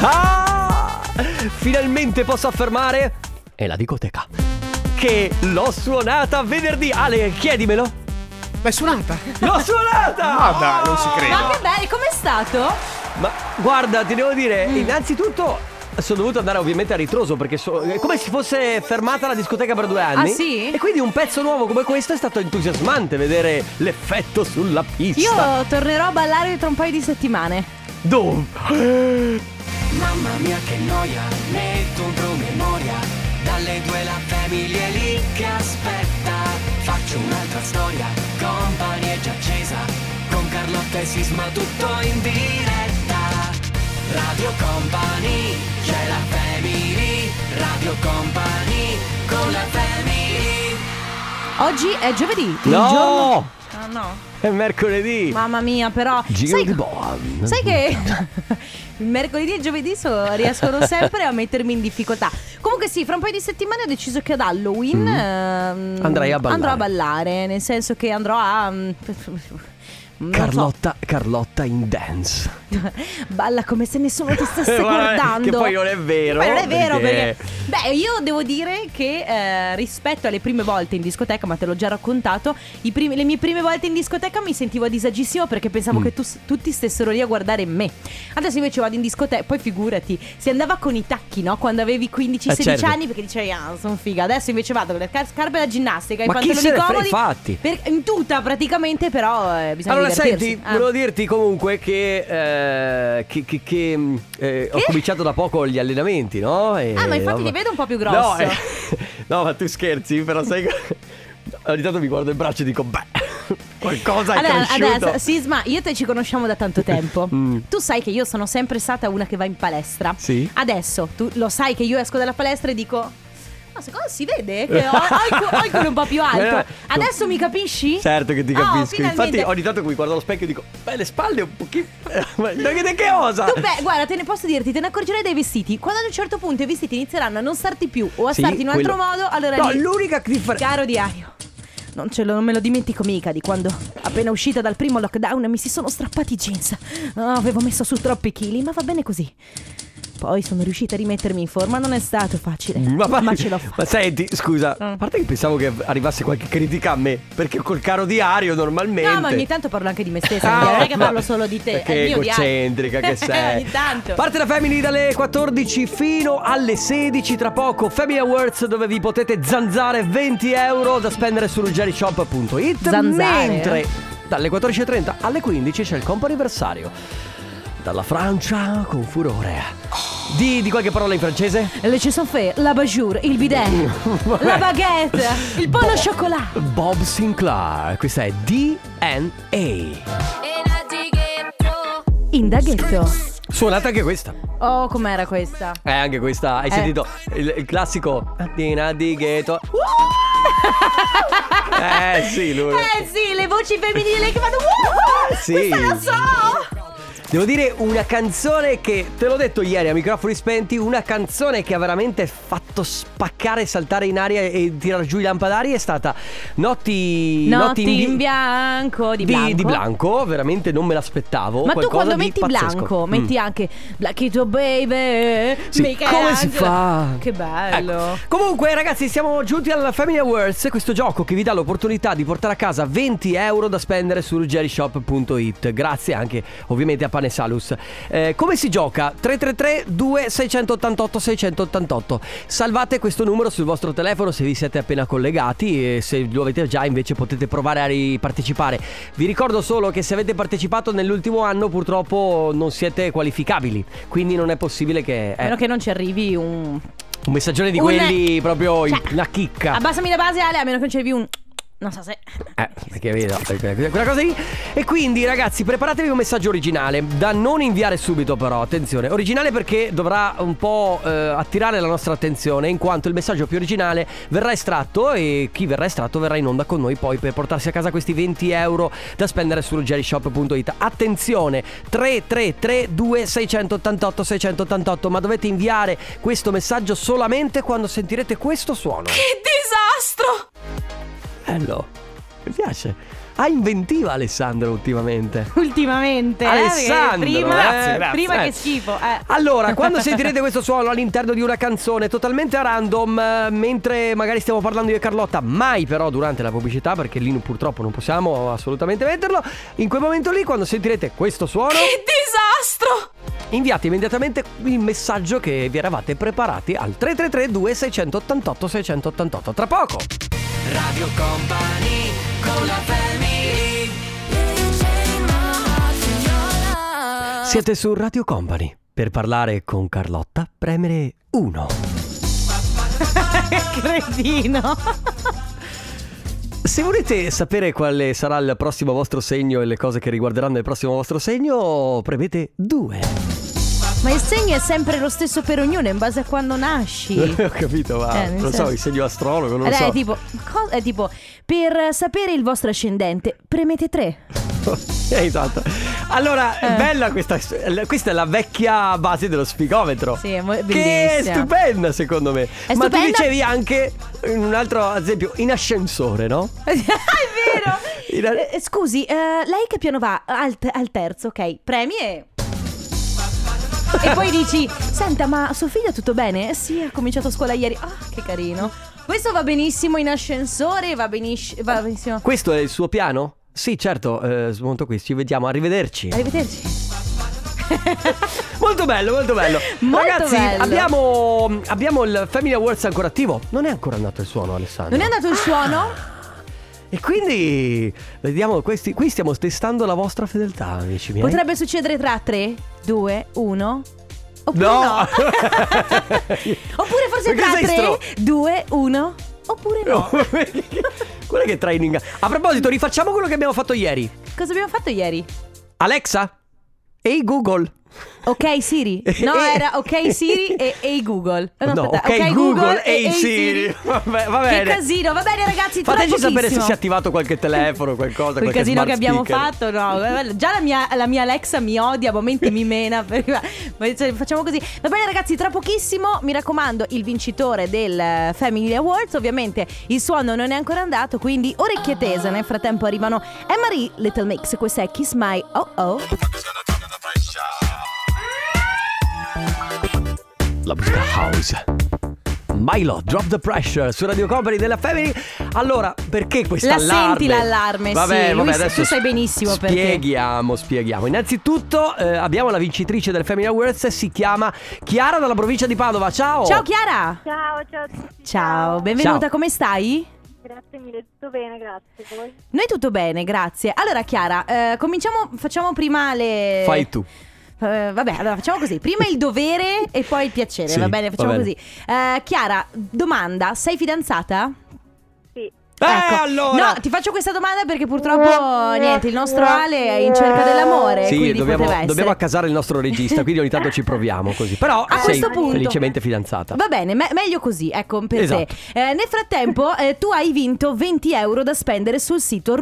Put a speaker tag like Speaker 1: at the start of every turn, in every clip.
Speaker 1: Ah! Finalmente posso affermare, è la dicoteca, che l'ho suonata venerdì. Ale, chiedimelo.
Speaker 2: Ma è suonata?
Speaker 1: L'ho suonata!
Speaker 2: Ma Ah, dai, non si crede.
Speaker 3: Ma che bello, com'è stato?
Speaker 1: Ma guarda, ti devo dire,
Speaker 3: Mm.
Speaker 1: innanzitutto sono dovuto andare ovviamente a ritroso perché so- è come se fosse fermata la discoteca per due anni.
Speaker 3: Ah, sì?
Speaker 1: E quindi un pezzo nuovo come questo è stato entusiasmante vedere l'effetto sulla pista.
Speaker 3: Io tornerò a ballare tra un paio di settimane.
Speaker 1: Dove?
Speaker 4: Mamma mia che noia, metto un promemoria Dalle due la famiglia è lì che aspetta Faccio un'altra storia, company è già accesa Con Carlotta e Sisma tutto in diretta Radio Company, c'è la family Radio Company, con la family
Speaker 3: Oggi è giovedì. il giorno-
Speaker 1: No!
Speaker 3: Ah, no.
Speaker 1: È mercoledì.
Speaker 3: Mamma mia, però.
Speaker 1: Giro
Speaker 3: sai,
Speaker 1: di boa.
Speaker 3: sai che il mercoledì e il giovedì so- riescono sempre a mettermi in difficoltà. Comunque, sì, fra un paio di settimane ho deciso che ad Halloween ehm,
Speaker 1: Mm. Andrai a ballare.
Speaker 3: Andrò a ballare, nel senso che andrò a. mm, non so,
Speaker 1: Carlotta, Carlotta in dance.
Speaker 3: Balla come se nessuno ti stesse
Speaker 1: Eh, guarda,
Speaker 3: guardando.
Speaker 1: che poi non è vero,
Speaker 3: Poi non è vero
Speaker 1: perché-
Speaker 3: perché... Beh, io devo dire che eh, rispetto alle prime volte in discoteca, ma te l'ho già raccontato, i primi- le mie prime volte in discoteca mi sentivo a disagissimo perché
Speaker 1: Mm.
Speaker 3: pensavo che tu- tutti stessero lì a guardare me. Adesso invece vado in discoteca, poi figurati, si andava con i tacchi, no? Quando avevi 15-16
Speaker 1: Eh, certo.
Speaker 3: anni perché dicevi, ah, sono figa. Adesso invece vado con le car- scarpe da ginnastica,
Speaker 1: Ma
Speaker 3: i
Speaker 1: chi
Speaker 3: pantaloni
Speaker 1: se ne frega,
Speaker 3: comodi.
Speaker 1: infatti.
Speaker 3: per- in tuta praticamente, però eh, bisogna
Speaker 1: Allora,
Speaker 3: divertirsi.
Speaker 1: senti,
Speaker 3: Ah.
Speaker 1: volevo dirti comunque che, eh, che, che- che, mm, eh, ho
Speaker 3: Che?
Speaker 1: cominciato da poco gli allenamenti, no? E-
Speaker 3: Ah, ma infatti
Speaker 1: no,
Speaker 3: li vedo un po' più grossi.
Speaker 1: No, eh, no, ma tu scherzi, però sai che- Ogni tanto mi guardo il braccio e dico, beh, qualcosa è
Speaker 3: Allora,
Speaker 1: cresciuto.
Speaker 3: adesso, Sisma, io e te ci conosciamo da tanto tempo.
Speaker 1: Mm.
Speaker 3: Tu sai che io sono sempre stata una che va in palestra.
Speaker 1: Sì.
Speaker 3: Adesso tu lo sai che io esco dalla palestra e dico. Ma secondo me si vede che ho, ho il, cu- ho il culo un po' più alto.
Speaker 1: Eh,
Speaker 3: Adesso mi capisci?
Speaker 1: Certo che ti
Speaker 3: Oh,
Speaker 1: capisco. Infatti
Speaker 3: finalmente.
Speaker 1: ogni tanto mi guardo allo specchio e dico, beh, le spalle un pochino... Ma che, che osa?
Speaker 3: Tu, beh, guarda, te ne posso dirti, te ne accorgerai dai vestiti. Quando ad un certo punto i vestiti inizieranno a non starti più o a
Speaker 1: Sì,
Speaker 3: starti in un altro
Speaker 1: quello-
Speaker 3: modo, allora
Speaker 1: No,
Speaker 3: lì-
Speaker 1: l'unica differenza...
Speaker 3: Caro diario, non, ce lo, non me lo dimentico mica di quando, appena uscita dal primo lockdown, mi si sono strappati i jeans. Ah, avevo messo su troppi chili, ma va bene così. Poi sono riuscita a rimettermi in forma, non è stato facile, ma, ce l'ho fatta.
Speaker 1: ma senti, scusa,
Speaker 3: Mm.
Speaker 1: a parte che pensavo che arrivasse qualche critica a me, perché col caro diario normalmente...
Speaker 3: No, ma ogni tanto parlo anche di me stessa,
Speaker 1: Ah,
Speaker 3: Andrea, non è che
Speaker 1: ma-
Speaker 3: parlo solo di te.
Speaker 1: Che
Speaker 3: è il mio diario. Eh,
Speaker 1: egocentrica che sei.
Speaker 3: ogni tanto.
Speaker 1: Parte la Family dalle 14 fino alle 16 tra poco. Family Awards dove vi potete zanzare 20 euro da spendere su ruggeriShop.it.
Speaker 3: Zanzare,
Speaker 1: Mentre
Speaker 3: eh.
Speaker 1: dalle 14.30 alle 15 c'è il compo anniversario. Dalla Francia con furore. Di, di qualche parola in francese?
Speaker 3: Le chaussonfè, la bajour, il bidet, la baguette, il pollo
Speaker 1: Boh.
Speaker 3: al cioccolato.
Speaker 1: Bob Sinclair, questa è DNA.
Speaker 3: Indaghetto.
Speaker 1: Suonata anche questa.
Speaker 3: Oh, com'era questa?
Speaker 1: Eh, anche questa. Hai
Speaker 3: Eh.
Speaker 1: sentito il, il classico Dina di ghetto. eh sì, lui.
Speaker 3: Eh sì, le voci femminili che fanno "Woo!"
Speaker 1: Sì.
Speaker 3: Questa la so
Speaker 1: Devo dire una canzone che, te l'ho detto ieri a microfoni spenti, una canzone che ha veramente fatto spaccare, saltare in aria e tirar giù i lampadari è stata Notti,
Speaker 3: Notti
Speaker 1: bi-
Speaker 3: in bianco di
Speaker 1: Di,
Speaker 3: Blanco
Speaker 1: Blanco, veramente non me l'aspettavo.
Speaker 3: Ma tu
Speaker 1: qualcosa
Speaker 3: quando
Speaker 1: di
Speaker 3: metti
Speaker 1: pazzesco.
Speaker 3: Blanco
Speaker 1: Mm.
Speaker 3: metti anche Blackito Baby
Speaker 1: Sì,
Speaker 3: Michelangelo.
Speaker 1: come si fa?
Speaker 3: Che bello
Speaker 1: Ecco. Comunque, ragazzi, siamo giunti alla Family Awards, questo gioco che vi dà l'opportunità di portare a casa 20 euro da spendere su ruggerishop.it. Grazie anche, ovviamente, a Pane Salus. Eh, come si gioca? 333-2688-688. Salvate questo numero sul vostro telefono se vi siete appena collegati e se lo avete già, invece, potete provare a ripartecipare. Vi ricordo solo che se avete partecipato nell'ultimo anno, purtroppo non siete qualificabili, quindi non è possibile che.
Speaker 3: A
Speaker 1: eh,
Speaker 3: meno che non ci arrivi un
Speaker 1: un messaggione di
Speaker 3: Un-
Speaker 1: quelli proprio in-
Speaker 3: Cioè,
Speaker 1: una chicca.
Speaker 3: Abbassami la base Ale A meno che non ci arrivi un Non so se
Speaker 1: Eh, perché vedo, perché- quella cosa lì. E quindi, ragazzi, preparatevi un messaggio originale. Da non inviare subito, però, attenzione. Originale perché dovrà un po' eh, attirare la nostra attenzione, in quanto il messaggio più originale verrà estratto. E chi verrà estratto verrà in onda con noi poi per portarsi a casa questi 20 euro da spendere su jerryshop.it. Attenzione, 333 2688 688. Ma dovete inviare questo messaggio solamente quando sentirete questo suono.
Speaker 3: Che disastro
Speaker 1: Bello, Eh, mi piace. Ha inventiva Alessandro ultimamente.
Speaker 3: Ultimamente, eh,
Speaker 1: Alessandro,
Speaker 3: perché prima,
Speaker 1: grazie,
Speaker 3: prima
Speaker 1: grazie.
Speaker 3: che
Speaker 1: Eh.
Speaker 3: schifo. eh.
Speaker 1: Allora, quando sentirete questo suono all'interno di una canzone totalmente a random, eh, mentre magari stiamo parlando io e Carlotta, mai però durante la pubblicità, perché lì purtroppo non possiamo assolutamente metterlo, in quel momento lì, quando sentirete questo suono,
Speaker 3: Che disastro!
Speaker 1: inviate immediatamente il messaggio che vi eravate preparati al 333-2688-688. Tra poco!
Speaker 4: Radio Company con la family
Speaker 1: Siete su Radio Company. Per parlare con Carlotta, premere 1.
Speaker 3: Cretino.
Speaker 1: Se volete sapere quale sarà il prossimo vostro segno e le cose che riguarderanno il prossimo vostro segno, premete 2.
Speaker 3: Ma il segno è sempre lo stesso per ognuno, in base a quando nasci.
Speaker 1: Ho capito, ma
Speaker 3: Eh, nel
Speaker 1: non so,
Speaker 3: senso-
Speaker 1: il segno astrologo, non
Speaker 3: Ed
Speaker 1: lo
Speaker 3: è
Speaker 1: so.
Speaker 3: tipo, co- è tipo, per sapere il vostro ascendente, premete 3.
Speaker 1: Eh, esatto. Allora,
Speaker 3: Eh.
Speaker 1: bella questa. Questa è la vecchia base dello spigometro.
Speaker 3: Sì, è mo-
Speaker 1: Che è
Speaker 3: bellissima.
Speaker 1: stupenda, secondo me. Ma
Speaker 3: stupenda?
Speaker 1: tu dicevi anche in un altro ad esempio, in ascensore, no?
Speaker 3: è vero!
Speaker 1: In-
Speaker 3: Eh, Scusi, eh, lei che piano va? Al, te- al terzo, ok. Premi e... E poi dici, senta, ma suo figlio è tutto bene? Eh, Sì, ha cominciato scuola ieri. Ah, che carino. Questo va benissimo in ascensore, va, benisci- va benissimo.
Speaker 1: Questo è il suo piano? Sì, certo, eh, smonto qui, ci vediamo, arrivederci.
Speaker 3: Eh. Arrivederci.
Speaker 1: Molto bello, molto bello.
Speaker 3: Molto
Speaker 1: Ragazzi,
Speaker 3: bello.
Speaker 1: Abbiamo, abbiamo il Family Awards ancora attivo. Non è ancora andato il suono, Alessandro.
Speaker 3: Non è andato il suono?
Speaker 1: E quindi vediamo questi. Qui stiamo testando la vostra fedeltà, amici miei.
Speaker 3: Potrebbe succedere tra 3, 2, 1. Oppure
Speaker 1: No.
Speaker 3: no. oppure
Speaker 1: Perché
Speaker 3: forse tra
Speaker 1: sei
Speaker 3: 3,
Speaker 1: stro-
Speaker 3: 2, 1. Oppure no.
Speaker 1: Quella che training. A proposito, rifacciamo quello che abbiamo fatto ieri.
Speaker 3: Cosa abbiamo fatto ieri?
Speaker 1: Alexa? Ehi Google.
Speaker 3: Ok Siri. No,
Speaker 1: Eh.
Speaker 3: era ok Siri e Ehi Google. Eh,
Speaker 1: No,
Speaker 3: aspetta,
Speaker 1: ok, Google,
Speaker 3: e
Speaker 1: ehi Siri. Vabbè, va bene.
Speaker 3: Che casino. Va bene ragazzi, tra
Speaker 1: Fateci sapere se
Speaker 3: pochissimo.
Speaker 1: si è attivato qualche telefono, qualcosa.
Speaker 3: Quel
Speaker 1: qualche
Speaker 3: casino
Speaker 1: smart
Speaker 3: che abbiamo
Speaker 1: speaker.
Speaker 3: fatto, no, eh, già la mia, la mia Alexa mi odia, a momenti mi mena, per- ma cioè, facciamo così. Va bene ragazzi, tra pochissimo mi raccomando il vincitore del eh, Family Awards, ovviamente il suono non è ancora andato, quindi orecchie tese, nel frattempo arrivano Emery Little Mix, questa è Kiss My Oh Oh.
Speaker 1: La musica house. Milo, drop the pressure su Radio Company della Family. Allora, perché questa
Speaker 3: La
Speaker 1: allarme?
Speaker 3: senti l'allarme,
Speaker 1: vabbè,
Speaker 3: sì. Lui
Speaker 1: Vabbè,
Speaker 3: s-
Speaker 1: adesso
Speaker 3: tu sai benissimo perché.
Speaker 1: Spieghiamo, spieghiamo. Innanzitutto eh, abbiamo la vincitrice del Family Awards, si chiama Chiara dalla provincia di Padova. Ciao!
Speaker 3: Ciao Chiara!
Speaker 5: Ciao, ciao a tutti.
Speaker 3: Ciao, benvenuta,
Speaker 1: Ciao.
Speaker 3: come stai?
Speaker 5: Grazie mille, tutto bene, grazie. Voi?
Speaker 3: Noi tutto bene, grazie. Allora Chiara, eh, cominciamo, facciamo prima le...
Speaker 1: Fai tu.
Speaker 3: Eh, vabbè, allora facciamo così: prima il dovere e poi il piacere,
Speaker 1: Sì,
Speaker 3: va bene? Facciamo
Speaker 1: va bene.
Speaker 3: così. Eh, Chiara, domanda: sei fidanzata?
Speaker 5: Sì.
Speaker 1: Eh,
Speaker 3: Ecco.
Speaker 1: allora!
Speaker 3: No, ti faccio questa domanda perché purtroppo niente, il nostro Ale è in cerca dell'amore.
Speaker 1: Sì,
Speaker 3: eh, quindi
Speaker 1: dobbiamo,
Speaker 3: poteva essere.
Speaker 1: dobbiamo accasare il nostro regista, quindi ogni tanto ci proviamo così. Però
Speaker 3: A
Speaker 1: sei
Speaker 3: questo punto-
Speaker 1: felicemente fidanzata.
Speaker 3: Va bene, me- meglio così, ecco per
Speaker 1: Esatto.
Speaker 3: te. Eh, nel frattempo, eh, tu hai vinto 20 euro da spendere sul sito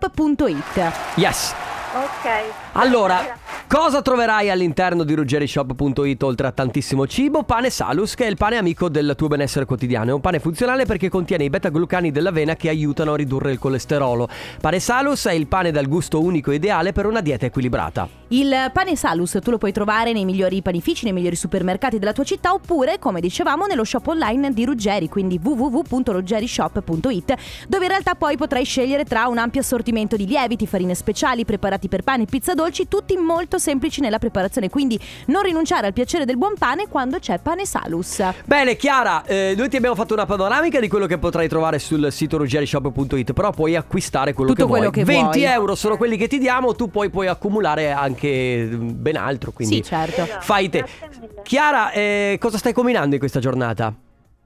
Speaker 3: ruggerishop.it.
Speaker 1: Yes!
Speaker 5: Ok.
Speaker 1: Allora, cosa troverai all'interno di ruggerishop.it oltre a tantissimo cibo? Pane Salus, che è il pane amico del tuo benessere quotidiano. È un pane funzionale perché contiene i beta-glucani dell'avena che aiutano a ridurre il colesterolo. Pane Salus è il pane dal gusto unico ideale per una dieta equilibrata.
Speaker 3: Il pane Salus tu lo puoi trovare nei migliori panifici, nei migliori supermercati della tua città oppure, come dicevamo, nello shop online di Ruggeri, quindi www.ruggerishop.it, dove in realtà poi potrai scegliere tra un ampio assortimento di lieviti, farine speciali, preparati per pane, pizza dolci, tutti molto semplici nella preparazione, quindi non rinunciare al piacere del buon pane quando c'è pane Salus.
Speaker 1: Bene, Chiara, eh, noi ti abbiamo fatto una panoramica di quello che potrai trovare sul sito ruggerishop.it, però puoi acquistare quello
Speaker 3: Tutto
Speaker 1: che vuoi.
Speaker 3: quello che
Speaker 1: 20
Speaker 3: vuoi.
Speaker 1: euro sono quelli che ti diamo, tu poi puoi accumulare anche mm, ben altro, quindi
Speaker 3: Sì, certo.
Speaker 1: fai te.
Speaker 5: Grazie mille.
Speaker 1: Chiara, eh, cosa stai combinando in questa giornata?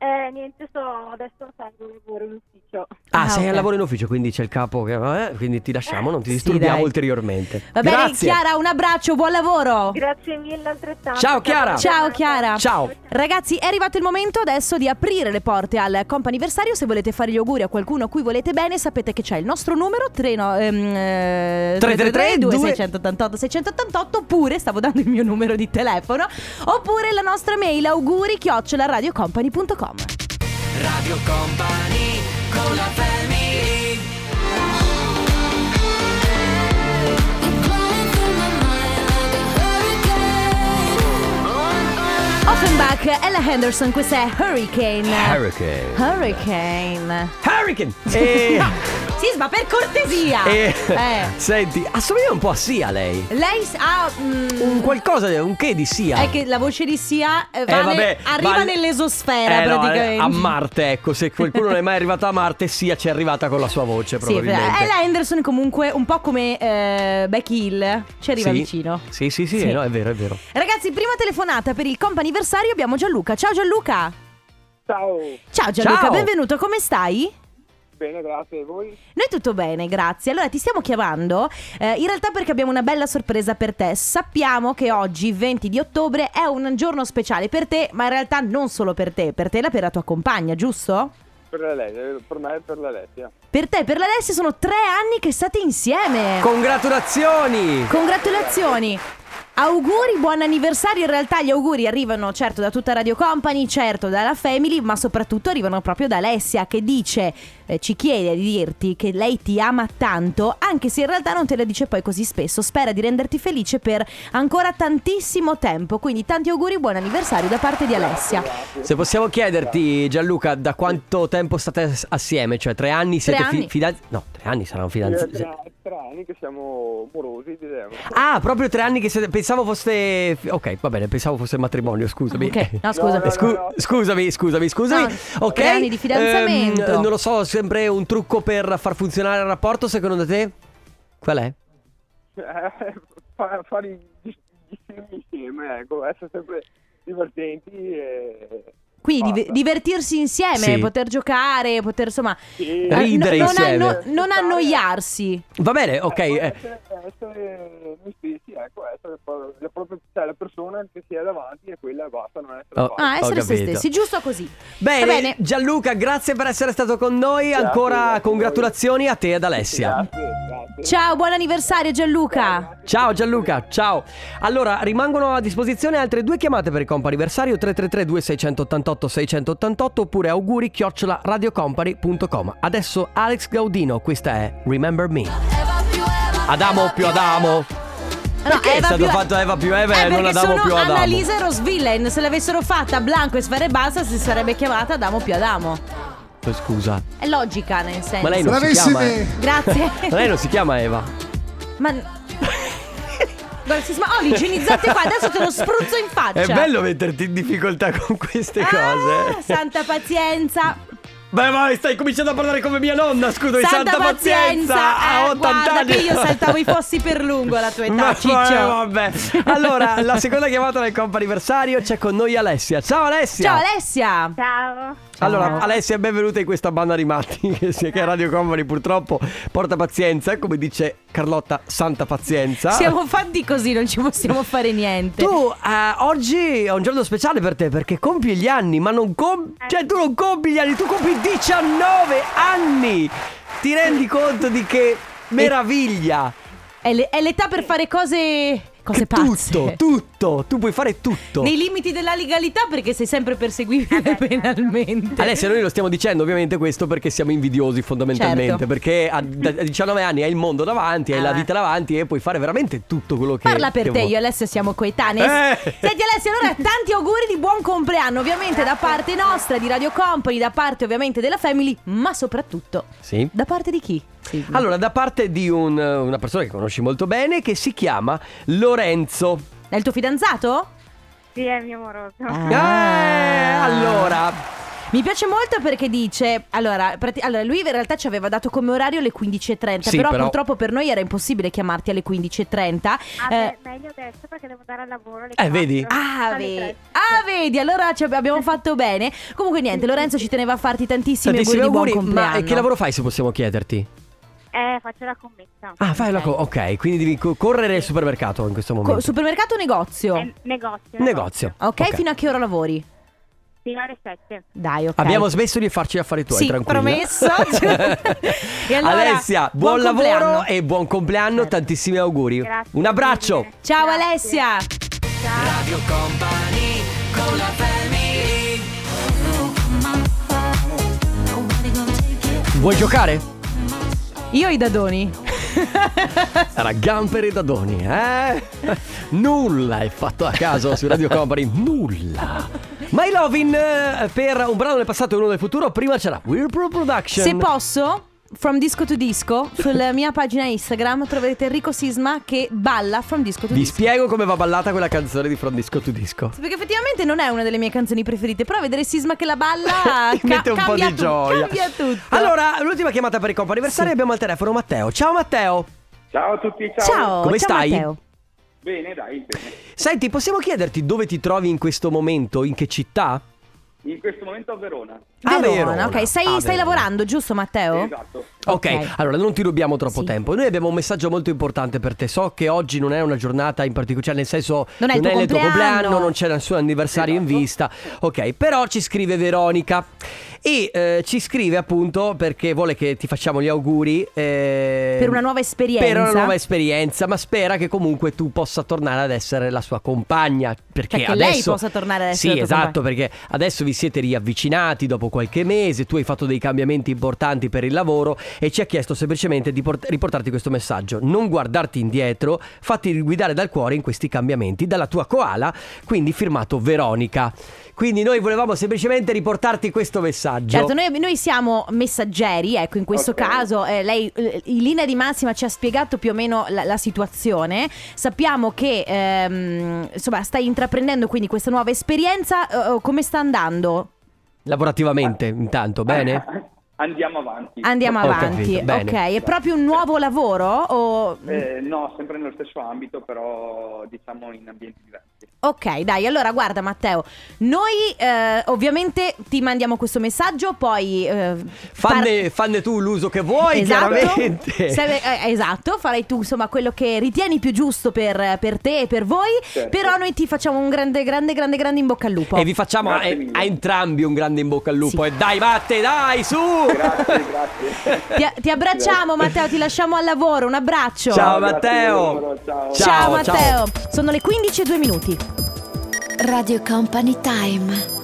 Speaker 5: Eh, niente, sto adesso facendo un lavoro in ufficio.
Speaker 1: Ah,
Speaker 3: Ah,
Speaker 1: sei
Speaker 3: ok.
Speaker 1: al lavoro in ufficio, quindi c'è il capo che... eh, quindi ti lasciamo, non ti
Speaker 3: Sì,
Speaker 1: disturbiamo
Speaker 3: dai.
Speaker 1: ulteriormente.
Speaker 3: Va bene,
Speaker 1: Grazie.
Speaker 3: Chiara, un abbraccio, buon lavoro.
Speaker 5: Grazie mille altrettanto.
Speaker 1: Ciao,
Speaker 5: Ah,
Speaker 1: Chiara.
Speaker 3: Ciao Chiara.
Speaker 1: Ciao.
Speaker 3: Ragazzi, è arrivato il momento adesso di aprire le porte al comp'anniversario. Se volete fare gli auguri a qualcuno a cui volete bene, sapete che c'è il nostro numero 3, no, ehm, eh,
Speaker 1: 333
Speaker 3: 2688 688 oppure stavo dando il mio numero di telefono oppure la nostra mail auguri radiocompany.com
Speaker 4: Radio Company con la family
Speaker 3: Offenbach, Ella Henderson, questa è Hurricane.
Speaker 1: Hurricane.
Speaker 3: Hurricane.
Speaker 1: Hurricane! Eh, E...
Speaker 3: Sì, ma per cortesia.
Speaker 1: e-
Speaker 3: Eh.
Speaker 1: Senti, assomiglia un po' a Sia lei.
Speaker 3: Lei s- ha... mm,
Speaker 1: Un qualcosa, un che di Sia.
Speaker 3: È che la voce di Sia eh, va
Speaker 1: Eh,
Speaker 3: nel-
Speaker 1: vabbè,
Speaker 3: arriva
Speaker 1: va-
Speaker 3: nell'esosfera
Speaker 1: Eh, no,
Speaker 3: praticamente.
Speaker 1: a Marte, ecco, se qualcuno non è mai arrivato a Marte, Sia ci è arrivata con la sua voce
Speaker 3: Sì, Eh, però
Speaker 1: probabilmente.
Speaker 3: Ella Henderson comunque un po' come eh, Becky Hill ci arriva
Speaker 1: Sì.
Speaker 3: vicino.
Speaker 1: Sì, sì, sì,
Speaker 3: Sì.
Speaker 1: no, è vero, è vero.
Speaker 3: Ragazzi, prima telefonata per il comp'anniversario abbiamo Gianluca. Ciao Gianluca.
Speaker 6: Ciao,
Speaker 3: Ciao Gianluca,
Speaker 1: Ciao.
Speaker 3: benvenuto, come stai?
Speaker 6: bene, grazie. E voi?
Speaker 3: Noi tutto bene, grazie. Allora ti stiamo chiamando eh, in realtà perché abbiamo una bella sorpresa per te. Sappiamo che oggi, 20 di ottobre, è un giorno speciale per te, ma in realtà non solo per te, per te e per la tua compagna, giusto?
Speaker 6: Per, la Lele- per me e per eh. l'Alessia.
Speaker 3: Per te e per l'Alessia sono tre anni che state insieme.
Speaker 1: Congratulazioni!
Speaker 3: Congratulazioni! Auguri, buon anniversario. In realtà gli auguri arrivano certo da tutta Radio Company, certo dalla Family, ma soprattutto arrivano proprio da Alessia che dice, eh, ci chiede di dirti che lei ti ama tanto, anche se in realtà non te lo dice poi così spesso. Spera di renderti felice per ancora tantissimo tempo. Quindi tanti auguri, buon anniversario da parte di Alessia.
Speaker 1: Se possiamo chiederti, Gianluca, da quanto tempo state s- assieme? Cioè, tre anni siete
Speaker 3: anni.
Speaker 1: fidanzati? No, tre anni saranno
Speaker 6: È
Speaker 1: fidanzati.
Speaker 6: tre, tre anni che siamo morosi, diremmo.
Speaker 1: Ah, proprio tre anni che siete. Pensavo foste. Ok, va bene, pensavo fosse matrimonio, scusami. Eh,
Speaker 3: Ok, no scusa.
Speaker 6: No, no,
Speaker 1: Scu- Scusami, scusami, scusami.
Speaker 3: No,
Speaker 1: ok.
Speaker 3: tre anni di fidanzamento.
Speaker 1: Ehm, non lo so, sempre un trucco per far funzionare il rapporto, secondo te? Qual è?
Speaker 6: Eh, fa- fare i- gli film insieme, ecco, essere sempre divertenti e...
Speaker 3: Quindi div-
Speaker 6: basta.
Speaker 3: divertirsi insieme,
Speaker 1: Sì.
Speaker 3: poter giocare, poter insomma...
Speaker 6: Sì.
Speaker 3: eh, no-
Speaker 1: Ridere
Speaker 3: non
Speaker 1: insieme.
Speaker 3: anno- non annoiarsi.
Speaker 1: Va bene, ok.
Speaker 6: Ecco,
Speaker 1: eh,
Speaker 6: essere, essere noi stessi, ecco, essere pro- la, propria, cioè, la persona che si è davanti è quella e basta, non essere
Speaker 1: Oh.
Speaker 6: falsi.
Speaker 3: Ah, essere
Speaker 1: Ho
Speaker 3: se
Speaker 1: capito.
Speaker 3: stessi, giusto così.
Speaker 1: Bene,
Speaker 3: Va bene.
Speaker 1: Gianluca, grazie per essere stato con noi. Ancora
Speaker 6: grazie a voi.
Speaker 1: congratulazioni a te ed Alessia.
Speaker 6: Grazie, grazie.
Speaker 3: Ciao, buon anniversario Gianluca.
Speaker 1: Ciao Gianluca, ciao. Allora, rimangono a disposizione altre due chiamate per il comp anniversario 333 2688 688 oppure auguri chiocciola radiocompany.com. Adesso Alex Gaudino, questa è Remember Me. Adamo più Adamo. Perché è
Speaker 3: Eva
Speaker 1: stato
Speaker 3: più-
Speaker 1: fatto Eva più Eva e
Speaker 3: eh,
Speaker 1: non
Speaker 3: perché
Speaker 1: Adamo
Speaker 3: sono
Speaker 1: più Adamo?
Speaker 3: Annalisa e Rosvillain. Se l'avessero fatta Blanco e Sfera e Basta, si sarebbe chiamata Adamo più Adamo.
Speaker 1: Oh, Scusa,
Speaker 3: È logica, nel senso.
Speaker 1: ma lei non si
Speaker 2: Bravissimi.
Speaker 1: chiama eh.
Speaker 3: Grazie.
Speaker 1: Ma lei non si chiama Eva.
Speaker 3: Ma. Guarda, si sma- Oh, li igienizzate qua, adesso te lo spruzzo in faccia.
Speaker 1: È bello metterti in difficoltà con queste
Speaker 3: Ah,
Speaker 1: cose.
Speaker 3: santa pazienza.
Speaker 1: Beh, ma stai cominciando a parlare come mia nonna, scusami, santa, pazienza.
Speaker 3: eh,
Speaker 1: a 80
Speaker 3: guarda
Speaker 1: anni.
Speaker 3: che io saltavo i fossi per lungo alla tua età,
Speaker 1: Ma eh,
Speaker 3: Ciccio.
Speaker 1: vabbè, vabbè. Allora, la seconda chiamata del comp anniversario c'è con noi Alessia. Ciao Alessia!
Speaker 3: Ciao Alessia.
Speaker 5: Ciao.
Speaker 1: Allora, Alessia, benvenuta in questa banda di matti che si- che è Radio Company purtroppo porta pazienza, come dice Carlotta, santa pazienza.
Speaker 3: Siamo fatti così, non ci possiamo fare niente.
Speaker 1: Tu eh, oggi è un giorno speciale per te perché compi gli anni, ma non compi. Cioè, tu non compi gli anni, tu compi 19 anni! Ti rendi conto di che meraviglia!
Speaker 3: È, le- è l'età per fare cose. cose
Speaker 1: Che
Speaker 3: pazze.
Speaker 1: tutto, tutto, tu puoi fare tutto.
Speaker 3: Nei limiti della legalità, perché sei sempre perseguibile penalmente.
Speaker 1: Alessia, noi lo stiamo dicendo ovviamente questo perché siamo invidiosi fondamentalmente,
Speaker 3: Certo.
Speaker 1: perché a, da- a 19 anni hai il mondo davanti, hai
Speaker 3: Ah.
Speaker 1: la vita davanti e puoi fare veramente tutto quello che
Speaker 3: Parla per
Speaker 1: che
Speaker 3: te,
Speaker 1: vuoi.
Speaker 3: io e Alessia siamo coetanei.
Speaker 1: Eh.
Speaker 3: Senti Alessia, allora tanti auguri di buon compleanno, ovviamente da parte nostra, di Radio Company, da parte ovviamente della Family, ma soprattutto
Speaker 1: Sì.
Speaker 3: da parte di chi? Sì.
Speaker 1: Allora, da parte di un- una persona che conosci molto bene che si chiama Lorenzo.
Speaker 3: È il tuo fidanzato?
Speaker 5: Sì, è mio amoroso.
Speaker 1: Eh, Ah. allora,
Speaker 3: Mi piace molto perché dice, allora, prati- allora, lui in realtà ci aveva dato come orario le 15.30,
Speaker 1: Sì,
Speaker 3: però,
Speaker 1: però-
Speaker 3: purtroppo per noi era impossibile chiamarti alle 15.30.
Speaker 5: Ah,
Speaker 3: Eh,
Speaker 5: beh, meglio adesso perché devo andare al lavoro alle
Speaker 1: Eh, vedi?
Speaker 5: quattro.
Speaker 3: Ah,
Speaker 5: Alle
Speaker 3: vedi,
Speaker 5: tre.
Speaker 3: ah, vedi, allora ci ab- abbiamo fatto bene. Comunque niente, Lorenzo ci teneva a farti tantissimi,
Speaker 1: tantissimi
Speaker 3: auguri,
Speaker 1: auguri.
Speaker 3: di buon
Speaker 1: Ma
Speaker 3: compleanno.
Speaker 1: eh, che lavoro fai se possiamo chiederti?
Speaker 5: Eh, faccio la commessa.
Speaker 1: Ah, fai la
Speaker 3: Ok.
Speaker 1: co- Ok, quindi devi co- correre al supermercato in questo
Speaker 3: Co-
Speaker 1: momento.
Speaker 3: supermercato o negozio?
Speaker 5: Eh, negozio.
Speaker 1: Negozio.
Speaker 3: Ok, fino a che ora lavori?
Speaker 5: Fino alle 7.
Speaker 3: Dai, ok.
Speaker 1: Abbiamo smesso di farci gli affari tuoi,
Speaker 3: Sì,
Speaker 1: tranquilla.
Speaker 3: promesso. E allora,
Speaker 1: Alessia, buon,
Speaker 3: buon
Speaker 1: lavoro
Speaker 3: compleanno.
Speaker 1: e buon compleanno, Certo. tantissimi auguri.
Speaker 5: Grazie.
Speaker 1: Un abbraccio.
Speaker 3: Ciao
Speaker 5: Grazie.
Speaker 3: Alessia.
Speaker 1: Vuoi giocare?
Speaker 3: Io i dadoni.
Speaker 1: Era Gamper e Dadoni, eh? Nulla è fatto a caso su Radio Company, nulla. My Lovin eh, per un brano del passato e uno del futuro, prima c'era Whirlpool Production.
Speaker 3: Se posso, From Disco to Disco, sulla mia pagina Instagram troverete Enrico Sisma che balla From Disco to
Speaker 1: Vi
Speaker 3: Disco.
Speaker 1: spiego come va ballata quella canzone di From Disco to Disco.
Speaker 3: Perché effettivamente non è una delle mie canzoni preferite, però vedere Sisma che la balla
Speaker 1: Ti mette
Speaker 3: Ah, ca-
Speaker 1: un po'
Speaker 3: cambia
Speaker 1: di
Speaker 3: tutto,
Speaker 1: gioia.
Speaker 3: Cambia tutto.
Speaker 1: Allora, l'ultima chiamata per il compo anniversario abbiamo al telefono Matteo. Ciao Matteo.
Speaker 6: Ciao a tutti, ciao.
Speaker 3: ciao,
Speaker 1: Come
Speaker 3: ciao
Speaker 1: stai?
Speaker 3: Matteo.
Speaker 6: Bene, dai, bene.
Speaker 1: Senti, possiamo chiederti dove ti trovi in questo momento? In che città?
Speaker 6: In questo momento a Verona.
Speaker 1: A Verona.
Speaker 3: Verona, ok. Stai,
Speaker 1: A Verona.
Speaker 3: stai lavorando, giusto Matteo?
Speaker 6: Esatto.
Speaker 1: Ah, Ok, allora non ti rubiamo troppo
Speaker 3: Sì.
Speaker 1: tempo. Noi abbiamo un messaggio molto importante per te. So che oggi non è una giornata in particolare, cioè nel senso
Speaker 3: Non è il tuo
Speaker 1: il tuo
Speaker 3: compleanno. Esatto.
Speaker 1: compleanno, non c'è nessun anniversario in vista. Ok, però ci scrive Veronica e eh, ci scrive appunto perché vuole che ti facciamo gli auguri eh,
Speaker 3: Per una nuova esperienza.
Speaker 1: Per una nuova esperienza, ma spera che comunque tu possa tornare ad essere la sua compagna. Perché
Speaker 3: Cioè, che lei
Speaker 1: adesso...
Speaker 3: possa tornare ad essere
Speaker 1: Sì,
Speaker 3: la tua
Speaker 1: esatto, perché adesso vi siete riavvicinati dopo qualche mese, tu hai fatto dei cambiamenti importanti per il lavoro e ci ha chiesto semplicemente di port- riportarti questo messaggio. Non guardarti indietro, fatti guidare dal cuore in questi cambiamenti, dalla tua koala, quindi firmato Veronica. Quindi noi volevamo semplicemente riportarti questo messaggio.
Speaker 3: Certo, noi, noi siamo messaggeri, ecco, in questo
Speaker 6: Ok.
Speaker 3: caso eh, lei eh, in linea di massima ci ha spiegato più o meno la, la situazione, sappiamo che ehm, insomma stai intraprendendo quindi questa nuova esperienza, Eh, eh, come sta andando?
Speaker 1: Lavorativamente, intanto,
Speaker 3: Ah,
Speaker 1: bene?
Speaker 6: Andiamo avanti.
Speaker 3: Andiamo
Speaker 1: Ho
Speaker 3: avanti,
Speaker 1: capito, bene.
Speaker 3: ok, è proprio un nuovo lavoro? o-
Speaker 6: Eh, no, sempre nello stesso ambito, però diciamo in ambienti diversi.
Speaker 3: Ok, dai, allora guarda Matteo, noi eh, ovviamente ti mandiamo questo messaggio, poi... eh, Esatto.
Speaker 1: Fanne, fanne tu l'uso che vuoi, chiaramente.
Speaker 3: Se- eh, esatto, farai tu insomma quello che ritieni più giusto per, per te e per voi.
Speaker 6: Certo.
Speaker 3: Però noi ti facciamo un grande, grande, grande, grande in bocca al lupo.
Speaker 1: E vi facciamo a,
Speaker 6: Grazie mille.
Speaker 1: a entrambi un grande in bocca al lupo.
Speaker 3: Sì.
Speaker 1: E dai, Matte, dai, su!
Speaker 6: Grazie, grazie.
Speaker 3: Ti, ti abbracciamo, Matteo, ti lasciamo al lavoro. Un abbraccio.
Speaker 1: Ciao
Speaker 6: Grazie
Speaker 1: Matteo.
Speaker 6: mille, ciao.
Speaker 3: Ciao, Matteo. Sono le 15 e 2 minuti.
Speaker 7: Radio Company Time.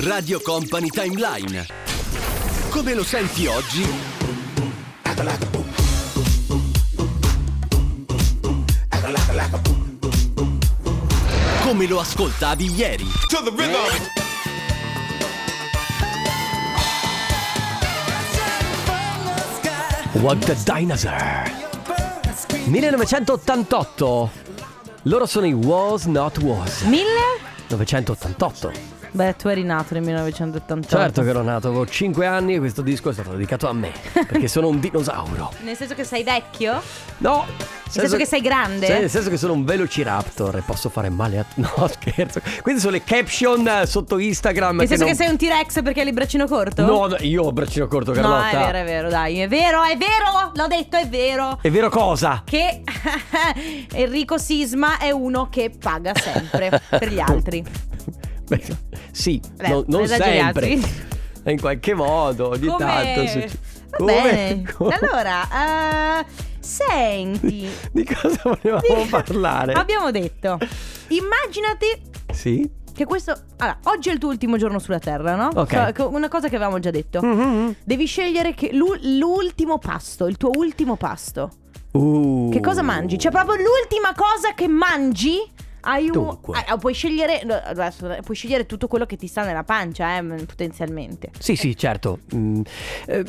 Speaker 8: Radio Company Timeline. Come lo senti oggi? Come lo ascoltavi ieri?
Speaker 1: What the Dinosaur 1988 Loro sono i Was Not Was
Speaker 3: Mille?
Speaker 1: 988
Speaker 3: Beh, tu eri nato nel 1988.
Speaker 1: Certo che ero nato, avevo 5 anni e questo disco è stato dedicato a me Perché sono un dinosauro
Speaker 3: Nel senso che sei vecchio?
Speaker 1: No
Speaker 3: senso che sei grande?
Speaker 1: Sì, Nel senso che sono un velociraptor e posso fare male a... No scherzo Queste sono le caption eh, sotto Instagram
Speaker 3: Nel senso che
Speaker 1: non-
Speaker 3: sei un T-Rex perché hai il braccino corto?
Speaker 1: No, no, io ho braccino corto
Speaker 3: No,
Speaker 1: Carlotta
Speaker 3: è vero, è vero, dai. È vero, è vero. L'ho detto, è vero.
Speaker 1: È vero cosa?
Speaker 3: che Enrico Sisma è uno che paga sempre per gli altri.
Speaker 1: Beh, sì,
Speaker 3: Beh,
Speaker 1: no- non
Speaker 3: esagerato,
Speaker 1: sempre.
Speaker 3: sì.
Speaker 1: In qualche modo, ogni
Speaker 3: Come-
Speaker 1: tanto. succe-
Speaker 3: Va
Speaker 1: Come-
Speaker 3: bene.
Speaker 1: come-
Speaker 3: Allora, eh, senti.
Speaker 1: Di cosa volevamo parlare?
Speaker 3: Abbiamo detto. Immaginati
Speaker 1: Sì.
Speaker 3: che questo Allora, oggi è il tuo ultimo giorno sulla terra, no?
Speaker 1: Ok. Mm-hmm.
Speaker 3: So- una cosa che avevamo già detto. Devi scegliere che l'u- l'ultimo pasto, il tuo ultimo pasto.
Speaker 1: Uh.
Speaker 3: Che cosa mangi? Cioè, proprio l'ultima cosa che mangi. Hai un,
Speaker 1: Dunque.
Speaker 3: ah, puoi, scegliere, no, adesso, eh, puoi scegliere tutto quello che ti sta nella pancia, eh, m- potenzialmente.
Speaker 1: Sì, sì, certo. Mm, eh,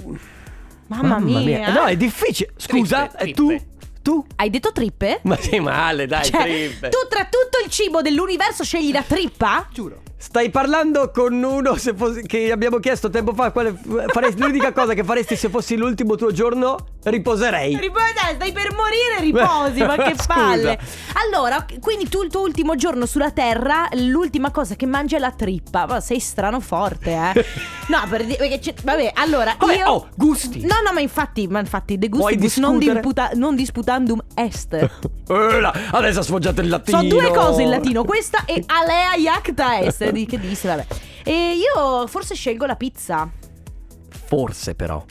Speaker 3: Mamma, mia.
Speaker 1: No, è difficile. Scusa,
Speaker 2: Trippe,
Speaker 1: eh, tu? Tu?
Speaker 3: Hai detto trippe?
Speaker 1: Ma sei male, dai,
Speaker 3: Cioè,
Speaker 1: trippe.
Speaker 3: tu tra tutto il cibo dell'universo scegli la trippa?
Speaker 2: Giuro.
Speaker 1: Stai parlando con uno se fossi- che abbiamo chiesto tempo fa. Quale faresti, l'unica cosa che faresti se fossi l'ultimo tuo giorno? Riposerei.
Speaker 3: Riposa, stai per morire, riposi, ma che
Speaker 1: Scusa.
Speaker 3: palle. Allora, ok, quindi tu il tuo ultimo giorno sulla Terra, l'ultima cosa che mangi è la trippa. Ma sei strano forte, eh. No, per dire- perché c'è- vabbè, allora
Speaker 1: Vabbè,
Speaker 3: io
Speaker 1: oh, gusti.
Speaker 3: No, no, ma infatti, ma infatti de
Speaker 1: Vuoi
Speaker 3: gustibus non,
Speaker 1: discutere?
Speaker 3: dimputa- non disputandum est.
Speaker 1: Eh, là, adesso ha sfoggiato il latino.
Speaker 3: Sono due cose in latino, questa e alea iacta est, di che disse, vabbè. E io forse scelgo la pizza.
Speaker 1: Forse però.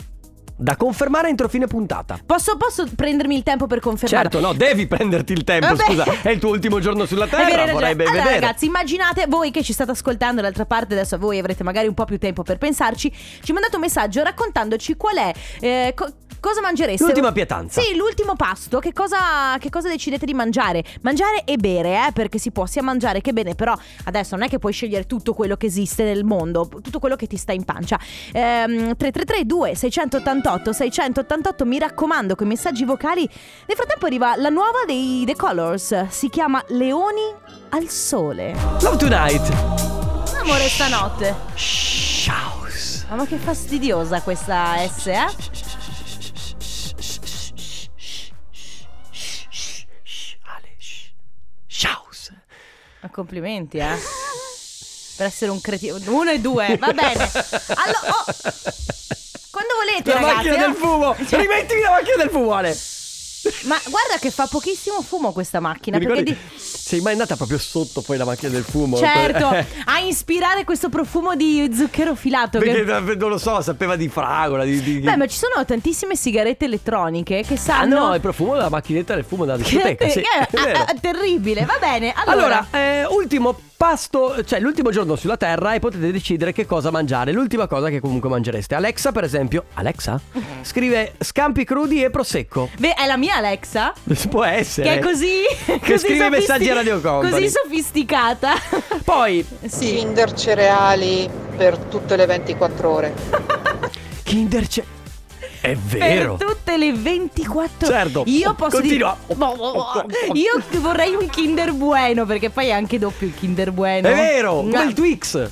Speaker 1: Da confermare entro fine puntata.
Speaker 3: Posso, posso prendermi il tempo per confermare?
Speaker 1: Certo, no, devi prenderti il tempo,
Speaker 3: Vabbè.
Speaker 1: scusa. È il tuo ultimo giorno sulla
Speaker 3: È vero, hai
Speaker 1: Terra,
Speaker 3: ragione.
Speaker 1: vorrei ben
Speaker 3: allora,
Speaker 1: vedere.
Speaker 3: ragazzi, immaginate voi che ci state ascoltando d'altra parte, adesso voi avrete magari un po' più tempo per pensarci. Ci mandate un messaggio raccontandoci qual è. eh, co- Cosa mangereste?
Speaker 1: L'ultima pietanza.
Speaker 3: Sì, l'ultimo pasto. Che cosa, che cosa decidete di mangiare? Mangiare e bere, eh, perché si può sia mangiare che bene, però adesso non è che puoi scegliere tutto quello che esiste nel mondo, tutto quello che ti sta in pancia. Ehm, 3332 688 688, mi raccomando, con i messaggi vocali. Nel frattempo arriva la nuova dei The Colors, si chiama Leoni al sole.
Speaker 1: Love Tonight.
Speaker 3: Amore stanotte.
Speaker 1: Shouse.
Speaker 3: Mamma che fastidiosa questa S, eh?
Speaker 1: Ale. Shouse.
Speaker 3: Ma Complimenti, eh. Per essere un cretino. Uno e due, va bene. Allora, oh, quando volete,
Speaker 1: La
Speaker 3: ragazzi.
Speaker 1: macchina
Speaker 3: eh.
Speaker 1: del fumo.
Speaker 3: Cioè,
Speaker 1: Rimettimi la macchina del fumo, Ale.
Speaker 3: ma guarda che fa pochissimo fumo questa macchina.
Speaker 1: Mi ricordi?
Speaker 3: Perché di-
Speaker 1: Sei mai andata proprio sotto poi la macchina del fumo?
Speaker 3: certo,
Speaker 1: Eh.
Speaker 3: a ispirare questo profumo di zucchero filato. che-
Speaker 1: Perché eh, non lo so, sapeva di fragola, di... di...
Speaker 3: Beh, ma ci sono tantissime sigarette elettroniche che
Speaker 1: Ah
Speaker 3: sanno.
Speaker 1: no, il profumo della macchinetta del fumo della
Speaker 3: che-
Speaker 1: discoteca, sì.
Speaker 3: che- ah,
Speaker 1: è vero.
Speaker 3: ah, ah, terribile, va bene.
Speaker 1: Allora, eh, ultimo pasto, cioè l'ultimo giorno sulla Terra e potete decidere che cosa mangiare. L'ultima cosa che comunque mangereste. Alexa, per esempio, Alexa
Speaker 3: Mm-hmm.
Speaker 1: scrive scampi crudi e prosecco.
Speaker 3: Beh, è la mia Alexa.
Speaker 1: Può essere.
Speaker 3: Che è così.
Speaker 1: Che
Speaker 3: così
Speaker 1: scrive messaggi a Radio Company.
Speaker 3: Così sofisticata.
Speaker 1: Poi,
Speaker 3: sì.
Speaker 9: Kinder cereali per tutte le 24 ore.
Speaker 1: Kinder c'è. È vero.
Speaker 3: Per tutte le 24
Speaker 1: Certo.
Speaker 3: Io posso
Speaker 1: Continua.
Speaker 3: dire Io vorrei un Kinder Bueno perché poi è anche doppio il Kinder Bueno.
Speaker 1: È vero,
Speaker 3: No,
Speaker 1: come il Twix.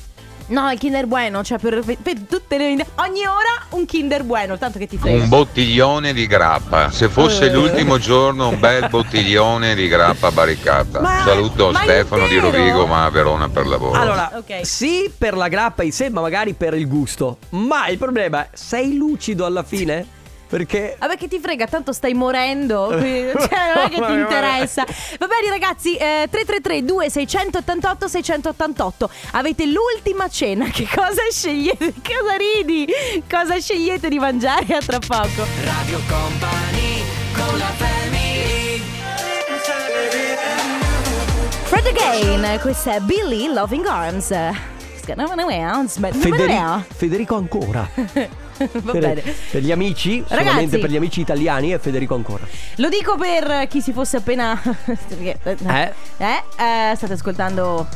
Speaker 3: no, il Kinder Bueno, cioè per, per tutte le ogni ora un Kinder Bueno, tanto che ti frega.
Speaker 10: Un bottiglione di grappa. Se fosse
Speaker 6: Eh.
Speaker 3: Eh.
Speaker 10: l'ultimo giorno, un bel bottiglione di grappa barricata.
Speaker 1: Ma-
Speaker 10: Saluto
Speaker 3: ma
Speaker 10: Stefano di
Speaker 3: intero?
Speaker 10: Rovigo, ma a Verona per lavoro.
Speaker 1: Allora,
Speaker 3: Ok.
Speaker 1: sì per la grappa in sé, ma magari per il gusto. Ma il problema è, sei lucido alla fine? Perché
Speaker 3: Vabbè che ti frega, tanto stai morendo, quindi- cioè non è che ti interessa. Va bene ragazzi, eh, 333 2688 688. Avete l'ultima cena, che cosa scegliete? Cosa ridi? Cosa scegliete di mangiare a tra poco?
Speaker 4: Radio Company con la family
Speaker 3: Fred again, questa è Billy Loving Arms. It's gonna run around, but-
Speaker 1: Federi-
Speaker 3: Va
Speaker 1: Federico ancora.
Speaker 3: bene.
Speaker 1: Per gli amici,
Speaker 3: Ragazzi.
Speaker 1: solamente per gli amici italiani e Federico ancora.
Speaker 3: Lo dico per chi si fosse appena. perché, eh, no.
Speaker 1: Eh?
Speaker 3: Eh, eh, state ascoltando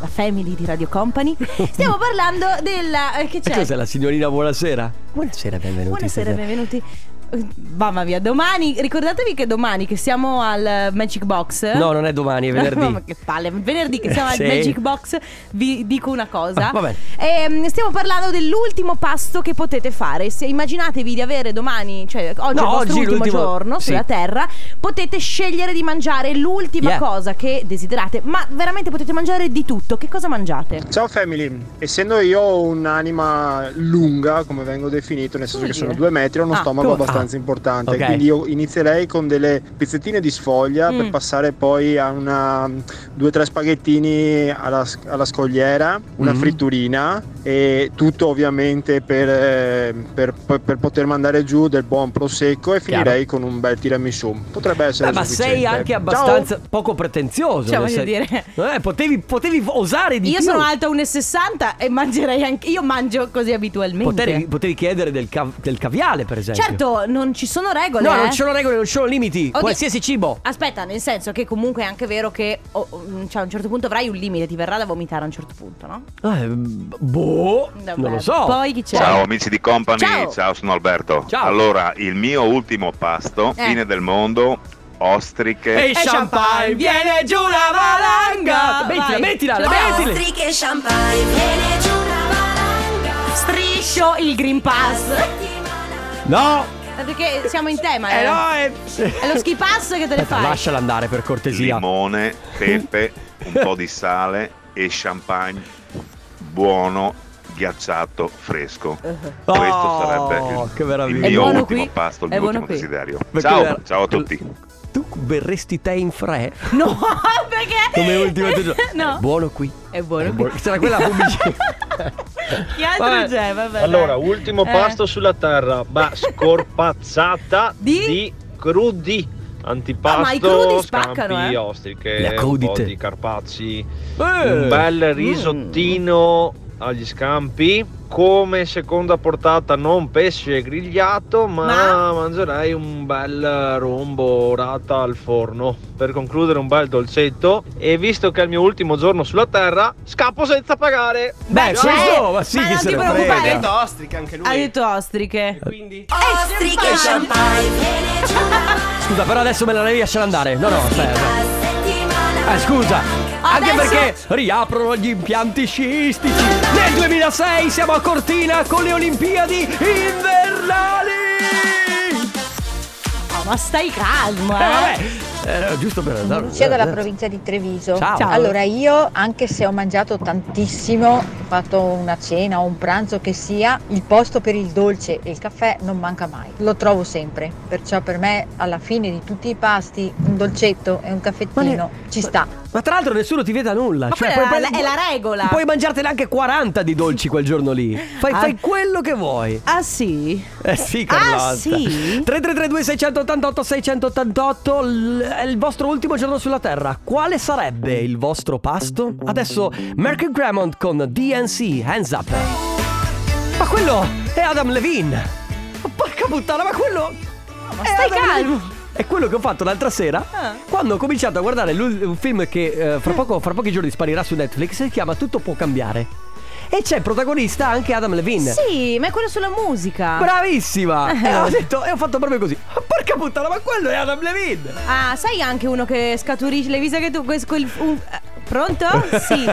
Speaker 3: la family di Radio Company. Stiamo parlando della. eh, che
Speaker 1: E
Speaker 3: c'è?
Speaker 1: cos'è la signorina buonasera? Buonasera, benvenuti.
Speaker 3: Buonasera,
Speaker 1: stasera.
Speaker 3: benvenuti. Eh, Mamma mia, domani ricordatevi che domani che siamo al eh, Magic Box.
Speaker 1: No, non è domani, è venerdì.
Speaker 3: Mamma, che palle, venerdì che siamo
Speaker 1: Sì.
Speaker 3: al Magic Box vi dico una cosa.
Speaker 1: Ah, va bene.
Speaker 3: Ehm, stiamo parlando dell'ultimo pasto che potete fare. Se immaginatevi di avere domani, cioè oggi
Speaker 1: No,
Speaker 3: è il vostro
Speaker 1: oggi
Speaker 3: ultimo
Speaker 1: l'ultimo-
Speaker 3: giorno
Speaker 1: sì.
Speaker 3: sulla Terra, potete scegliere di mangiare l'ultima
Speaker 1: Yeah.
Speaker 3: cosa che desiderate, ma veramente potete mangiare di tutto. Che cosa mangiate?
Speaker 2: Ciao family, essendo io un'anima lunga, come vengo definito, nel senso
Speaker 3: Come
Speaker 2: che sono
Speaker 3: dire?
Speaker 2: due metri, ho uno
Speaker 3: Ah,
Speaker 2: stomaco
Speaker 1: come-
Speaker 2: abbastanza
Speaker 1: ah,
Speaker 2: importante,
Speaker 1: ok.
Speaker 2: quindi io inizierei con delle pezzettine di sfoglia
Speaker 3: Mm.
Speaker 2: per passare poi a una, due o tre spaghettini alla, alla scogliera, una
Speaker 1: Mm.
Speaker 2: fritturina e tutto ovviamente per, eh, per, per poter mandare giù del buon prosecco e
Speaker 1: Chiaro.
Speaker 2: finirei con un bel tiramisù. Potrebbe essere
Speaker 1: Beh, ma
Speaker 2: sufficiente.
Speaker 1: sei anche
Speaker 2: Ciao!
Speaker 1: abbastanza poco pretenzioso.
Speaker 3: Cioè,
Speaker 1: nel
Speaker 3: voglio
Speaker 1: sen-
Speaker 3: dire-
Speaker 1: Non è- potevi, potevi osare di
Speaker 3: Io
Speaker 1: più.
Speaker 3: sono alta 1,60 e mangerei anche. Io mangio così abitualmente.
Speaker 1: Potevi, potevi chiedere del, cav- del caviale, per esempio.
Speaker 3: Certo, non ci sono regole.
Speaker 1: No,
Speaker 3: eh.
Speaker 1: non ci sono regole, non ci sono limiti.
Speaker 3: Oddio.
Speaker 1: Qualsiasi cibo.
Speaker 3: Aspetta, nel senso che comunque è anche vero che oh, oh, cioè, a un certo punto avrai un limite, ti verrà da vomitare a un certo punto, no?
Speaker 1: Eh, boh,
Speaker 3: Vabbè,
Speaker 1: non lo so.
Speaker 3: Poi chi c'è?
Speaker 10: Ciao amici di Company,
Speaker 3: Ciao.
Speaker 10: ciao, sono Alberto.
Speaker 1: Ciao.
Speaker 10: Allora, il mio ultimo pasto,
Speaker 3: Eh.
Speaker 10: fine del mondo, ostriche.
Speaker 1: E il champagne, viene giù la valanga.
Speaker 3: Vai.
Speaker 1: Mettila, mettila,
Speaker 3: Ce l'abbiamo.
Speaker 1: mettila.
Speaker 4: Ostriche e champagne viene giù la valanga
Speaker 3: Striscio il Green Pass.
Speaker 1: No,
Speaker 3: Perché siamo in tema, eh.
Speaker 1: eh no, è...
Speaker 3: È lo ski pass che te ne
Speaker 1: Aspetta,
Speaker 3: fai.
Speaker 1: lasciala andare per cortesia.
Speaker 10: Limone, pepe, un po' di sale e champagne buono, ghiacciato, fresco. Questo
Speaker 1: Oh,
Speaker 10: sarebbe
Speaker 1: che
Speaker 10: il, il
Speaker 1: meraviglia.
Speaker 3: È
Speaker 10: mio
Speaker 3: buono
Speaker 10: ultimo
Speaker 3: qui,
Speaker 10: pasto, il
Speaker 3: è
Speaker 10: mio
Speaker 3: buono
Speaker 10: ultimo
Speaker 3: qui.
Speaker 10: desiderio.
Speaker 1: Perché
Speaker 10: Ciao,
Speaker 1: ver-
Speaker 10: ciao a tutti.
Speaker 1: Tu berresti te in fre?
Speaker 3: No, perché?
Speaker 1: Come ultimo tuo
Speaker 3: No.
Speaker 1: È buono qui.
Speaker 3: È buono qui.
Speaker 1: Sarà quella pubblicità.
Speaker 3: Chi altro
Speaker 1: Vabbè.
Speaker 3: c'è? Vabbè.
Speaker 11: Allora,
Speaker 3: dai.
Speaker 11: ultimo
Speaker 3: Eh.
Speaker 11: pasto sulla terra, ma scorpazzata
Speaker 3: Di?
Speaker 11: di? crudi. Antipasto,
Speaker 3: Ah, ma i crudi spaccano,
Speaker 11: scampi,
Speaker 3: eh.
Speaker 11: ostriche,
Speaker 1: Le
Speaker 11: un po'
Speaker 1: crudite.
Speaker 11: di carpacci,
Speaker 1: Eh.
Speaker 3: Mm.
Speaker 11: un bel risottino agli scampi. Come seconda portata non pesce grigliato, ma, mangerei un bel rombo orata al forno. Per concludere un bel dolcetto. E visto che è il mio ultimo giorno sulla terra, scappo senza pagare.
Speaker 1: Beh,
Speaker 11: Già.
Speaker 1: questo, ma sì,
Speaker 3: cioè,
Speaker 1: chi
Speaker 3: ma non
Speaker 1: se
Speaker 3: ti
Speaker 1: ne
Speaker 3: preoccupare.
Speaker 1: frega.
Speaker 3: Ha detto
Speaker 12: ostriche anche
Speaker 3: Ha detto
Speaker 11: Eh,
Speaker 3: ostriche.
Speaker 12: Quindi?
Speaker 3: Ostriche e champagne.
Speaker 1: Scusa, però adesso me la devi lasciare andare. No, no, stai. Eh, scusa. Anche
Speaker 4: Adesso-
Speaker 1: perché riaprono gli impianti sciistici. Nel 2006 siamo a Cortina con le Olimpiadi invernali.
Speaker 3: Oh, ma stai calmo, eh.
Speaker 1: Eh, vabbè. Eh, giusto per andare. eh,
Speaker 13: Lucia dalla provincia di Treviso.
Speaker 1: Ciao. Ciao.
Speaker 13: Allora io, anche se ho mangiato tantissimo, ho fatto una cena o un pranzo che sia, il posto per il dolce e il caffè non manca mai. Lo trovo sempre. Perciò per me alla fine di tutti i pasti un dolcetto e un caffettino ci sta.
Speaker 1: eh. Ma tra l'altro nessuno ti veda nulla. Cioè,
Speaker 3: quella è la- è la regola.
Speaker 1: Puoi mangiartene anche 40 di dolci quel giorno lì. Fai,
Speaker 3: Ah.
Speaker 1: fai quello che vuoi.
Speaker 3: Ah sì?
Speaker 1: Eh sì, Carlotta.
Speaker 3: Ah, sì?
Speaker 1: 3332 688 688 l- è il vostro ultimo giorno sulla Terra. Quale sarebbe il vostro pasto? Adesso Mercury Cremont con DNC Hands Up. Ma quello è Adam Levine. Ma porca puttana, ma quello
Speaker 3: Ma stai calmo. Ah.
Speaker 1: è quello che ho fatto l'altra sera quando ho cominciato a guardare l'ul- un film che eh,
Speaker 3: Mm.
Speaker 1: fra, poco- fra pochi giorni sparirà su Netflix. Si chiama Tutto può cambiare. E c'è il protagonista anche Adam Levine.
Speaker 3: Sì, ma è quello sulla musica.
Speaker 1: Bravissima!
Speaker 3: Eh.
Speaker 1: E ho detto, e ho fatto proprio così. Ma Porca puttana, ma quello è Adam Levine!
Speaker 3: Ah, sai anche uno che scaturisce le visa che tu. quel- quel- un- eh, pronto? Sì.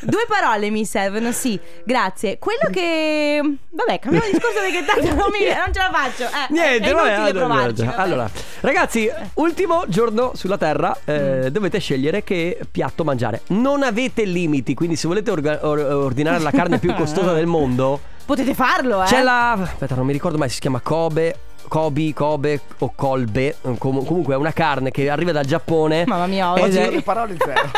Speaker 3: Due parole mi servono, sì. Grazie. Quello che. Vabbè, cambiamo discorso Eh, perché tanto non, mi- non ce la faccio. Eh,
Speaker 1: Niente,
Speaker 3: è
Speaker 1: vabbè,
Speaker 3: inutile
Speaker 1: allora,
Speaker 3: provarci.
Speaker 1: allora,
Speaker 3: vabbè.
Speaker 1: allora, ragazzi, ultimo giorno sulla Terra,
Speaker 3: Mm.
Speaker 1: eh, dovete scegliere che piatto mangiare. Non avete limiti, quindi se volete orga- or- ordinare la carne più costosa del mondo,
Speaker 3: Potete farlo, eh.
Speaker 1: c'è la. Aspetta, non mi ricordo mai, si chiama Kobe. Kobe, Kobe o Kolbe. com- comunque è una carne che arriva dal Giappone.
Speaker 3: Mamma mia,
Speaker 1: Ed
Speaker 3: oggi.
Speaker 1: è-
Speaker 12: Le parole zero.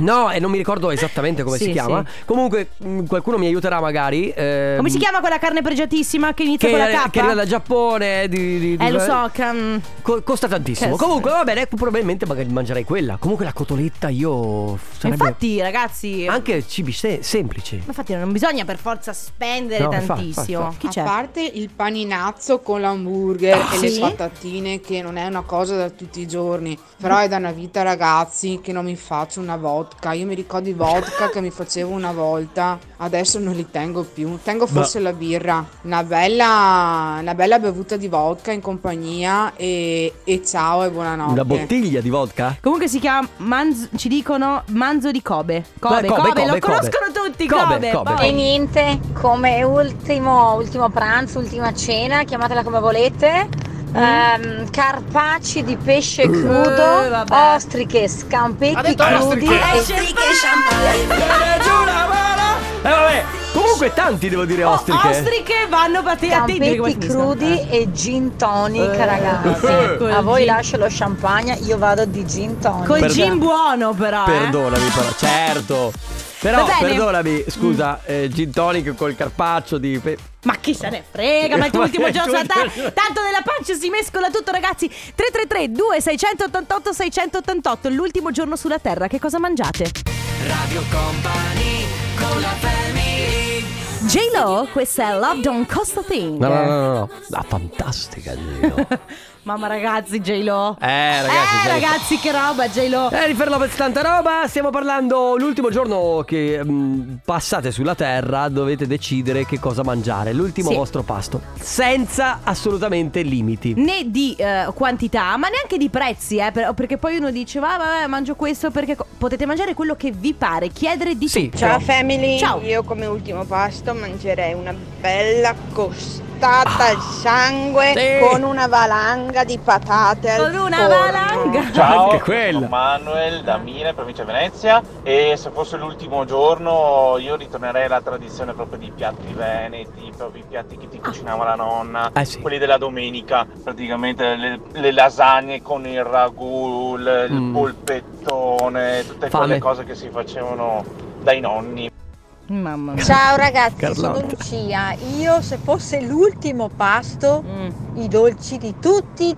Speaker 1: No, e non mi ricordo esattamente come
Speaker 3: Sì,
Speaker 1: si chiama. Comunque, mh, qualcuno mi aiuterà magari. ehm,
Speaker 3: Come si chiama quella carne pregiatissima che inizia
Speaker 1: Che,
Speaker 3: con la K?
Speaker 1: che arriva dal Giappone. Di, di- di-
Speaker 3: eh, lo so, cam-
Speaker 1: co- costa tantissimo.
Speaker 3: Eh, sì.
Speaker 1: Comunque, va bene, probabilmente magari mangerei quella. Comunque, la cotoletta io. Sarebbe
Speaker 3: Infatti, ragazzi.
Speaker 1: Anche cibi se- semplici.
Speaker 3: Ma infatti non bisogna per forza spendere
Speaker 1: No, infatti,
Speaker 3: tantissimo.
Speaker 1: infatti.
Speaker 3: Chi c'è?
Speaker 14: A parte il paninazzo con l'hamburger
Speaker 3: Ah,
Speaker 14: e le
Speaker 3: sì?
Speaker 14: patatine, che non è una cosa da tutti i giorni, però è da una vita, ragazzi, che non mi faccio una vodka. Io mi ricordo i vodka che mi facevo una volta, adesso non li tengo più. Tengo forse la birra, una bella, una bella bevuta di vodka in compagnia e, e ciao e buonanotte.
Speaker 1: Una bottiglia di vodka?
Speaker 3: Comunque si chiama Manzo, ci dicono Manzo di Kobe. Kobe,
Speaker 1: Kobe,
Speaker 3: Kobe,
Speaker 1: Kobe,
Speaker 3: lo
Speaker 1: Kobe.
Speaker 3: conoscono tutti,
Speaker 1: Kobe, Kobe,
Speaker 3: Kobe. poi.
Speaker 1: Kobe.
Speaker 15: E niente, come ultimo, ultimo pranzo, ultima cena, chiamatela come volete. ehm, carpacci di pesce crudo,
Speaker 3: Mm. Eh, vabbè.
Speaker 15: ostriche, scampetti
Speaker 3: detto
Speaker 15: crudi
Speaker 3: ostriche.
Speaker 15: e
Speaker 1: Eh, vabbè, comunque, tanti devo dire ostriche.
Speaker 3: Oh, Ostriche vanno a te a te dire come
Speaker 15: Scampetti
Speaker 3: finiscono.
Speaker 15: crudi e gin tonic,
Speaker 3: Eh,
Speaker 15: ragazzi.
Speaker 3: ecco il
Speaker 15: A voi
Speaker 3: gin.
Speaker 15: lascio lo champagne, io vado di gin tonic.
Speaker 3: Col
Speaker 1: Perdo-
Speaker 3: gin buono però. eh.
Speaker 1: Perdonami, però, certo. Però,
Speaker 3: Va bene. Mm.
Speaker 1: perdonami, scusa, eh, gin tonic col carpaccio di. pe-
Speaker 3: Ma chi se ne frega, ma è il tuo
Speaker 1: Ma
Speaker 3: ultimo
Speaker 1: è
Speaker 3: giorno sulla
Speaker 1: tutto-
Speaker 3: terra. Tanto nella pancia si mescola tutto, ragazzi. 333 2688 688 l'ultimo giorno sulla terra. Che cosa mangiate?
Speaker 4: Radio Company con la family
Speaker 3: J-Lo, questa è Love Don't Cost a Thing.
Speaker 1: No, no, no, no, no. La fantastica, Gino.
Speaker 3: Mamma ragazzi, J-Lo.
Speaker 1: Eh, ragazzi,
Speaker 3: eh,
Speaker 1: J-Lo.
Speaker 3: ragazzi, che roba, J-Lo.
Speaker 1: Jennifer Lopez, tanta roba, stiamo parlando l'ultimo giorno che mh, passate sulla terra, dovete decidere che cosa mangiare, l'ultimo
Speaker 3: Sì.
Speaker 1: vostro pasto, senza assolutamente limiti.
Speaker 3: né di eh, quantità, ma neanche di prezzi, eh, per- perché poi uno dice "Va, vabbè, mangio questo perché co-". potete mangiare quello che vi pare, chiedere di sì.
Speaker 16: Ciao family,
Speaker 3: Ciao.
Speaker 16: io come ultimo pasto mangerei una bella costata al sangue
Speaker 3: Ah, Sì.
Speaker 16: con una valanga di patate al
Speaker 3: Con una
Speaker 16: forno.
Speaker 3: valanga.
Speaker 1: Anche
Speaker 11: Ciao,
Speaker 1: quella.
Speaker 11: sono Manuel da Mine, provincia di Venezia e se fosse l'ultimo giorno io ritornerei alla tradizione proprio di piatti veneti, proprio i piatti che ti cucinava la nonna,
Speaker 1: Eh sì.
Speaker 11: quelli della domenica, praticamente le, le lasagne con il ragù, il il
Speaker 1: Mm.
Speaker 11: polpettone, tutte
Speaker 1: Fame.
Speaker 11: quelle cose che si facevano dai nonni.
Speaker 3: Mamma mia.
Speaker 13: Ciao ragazzi, sono
Speaker 3: Carlotta.
Speaker 13: Lucia. Io se fosse l'ultimo pasto,
Speaker 3: Mm.
Speaker 13: i dolci di tutti i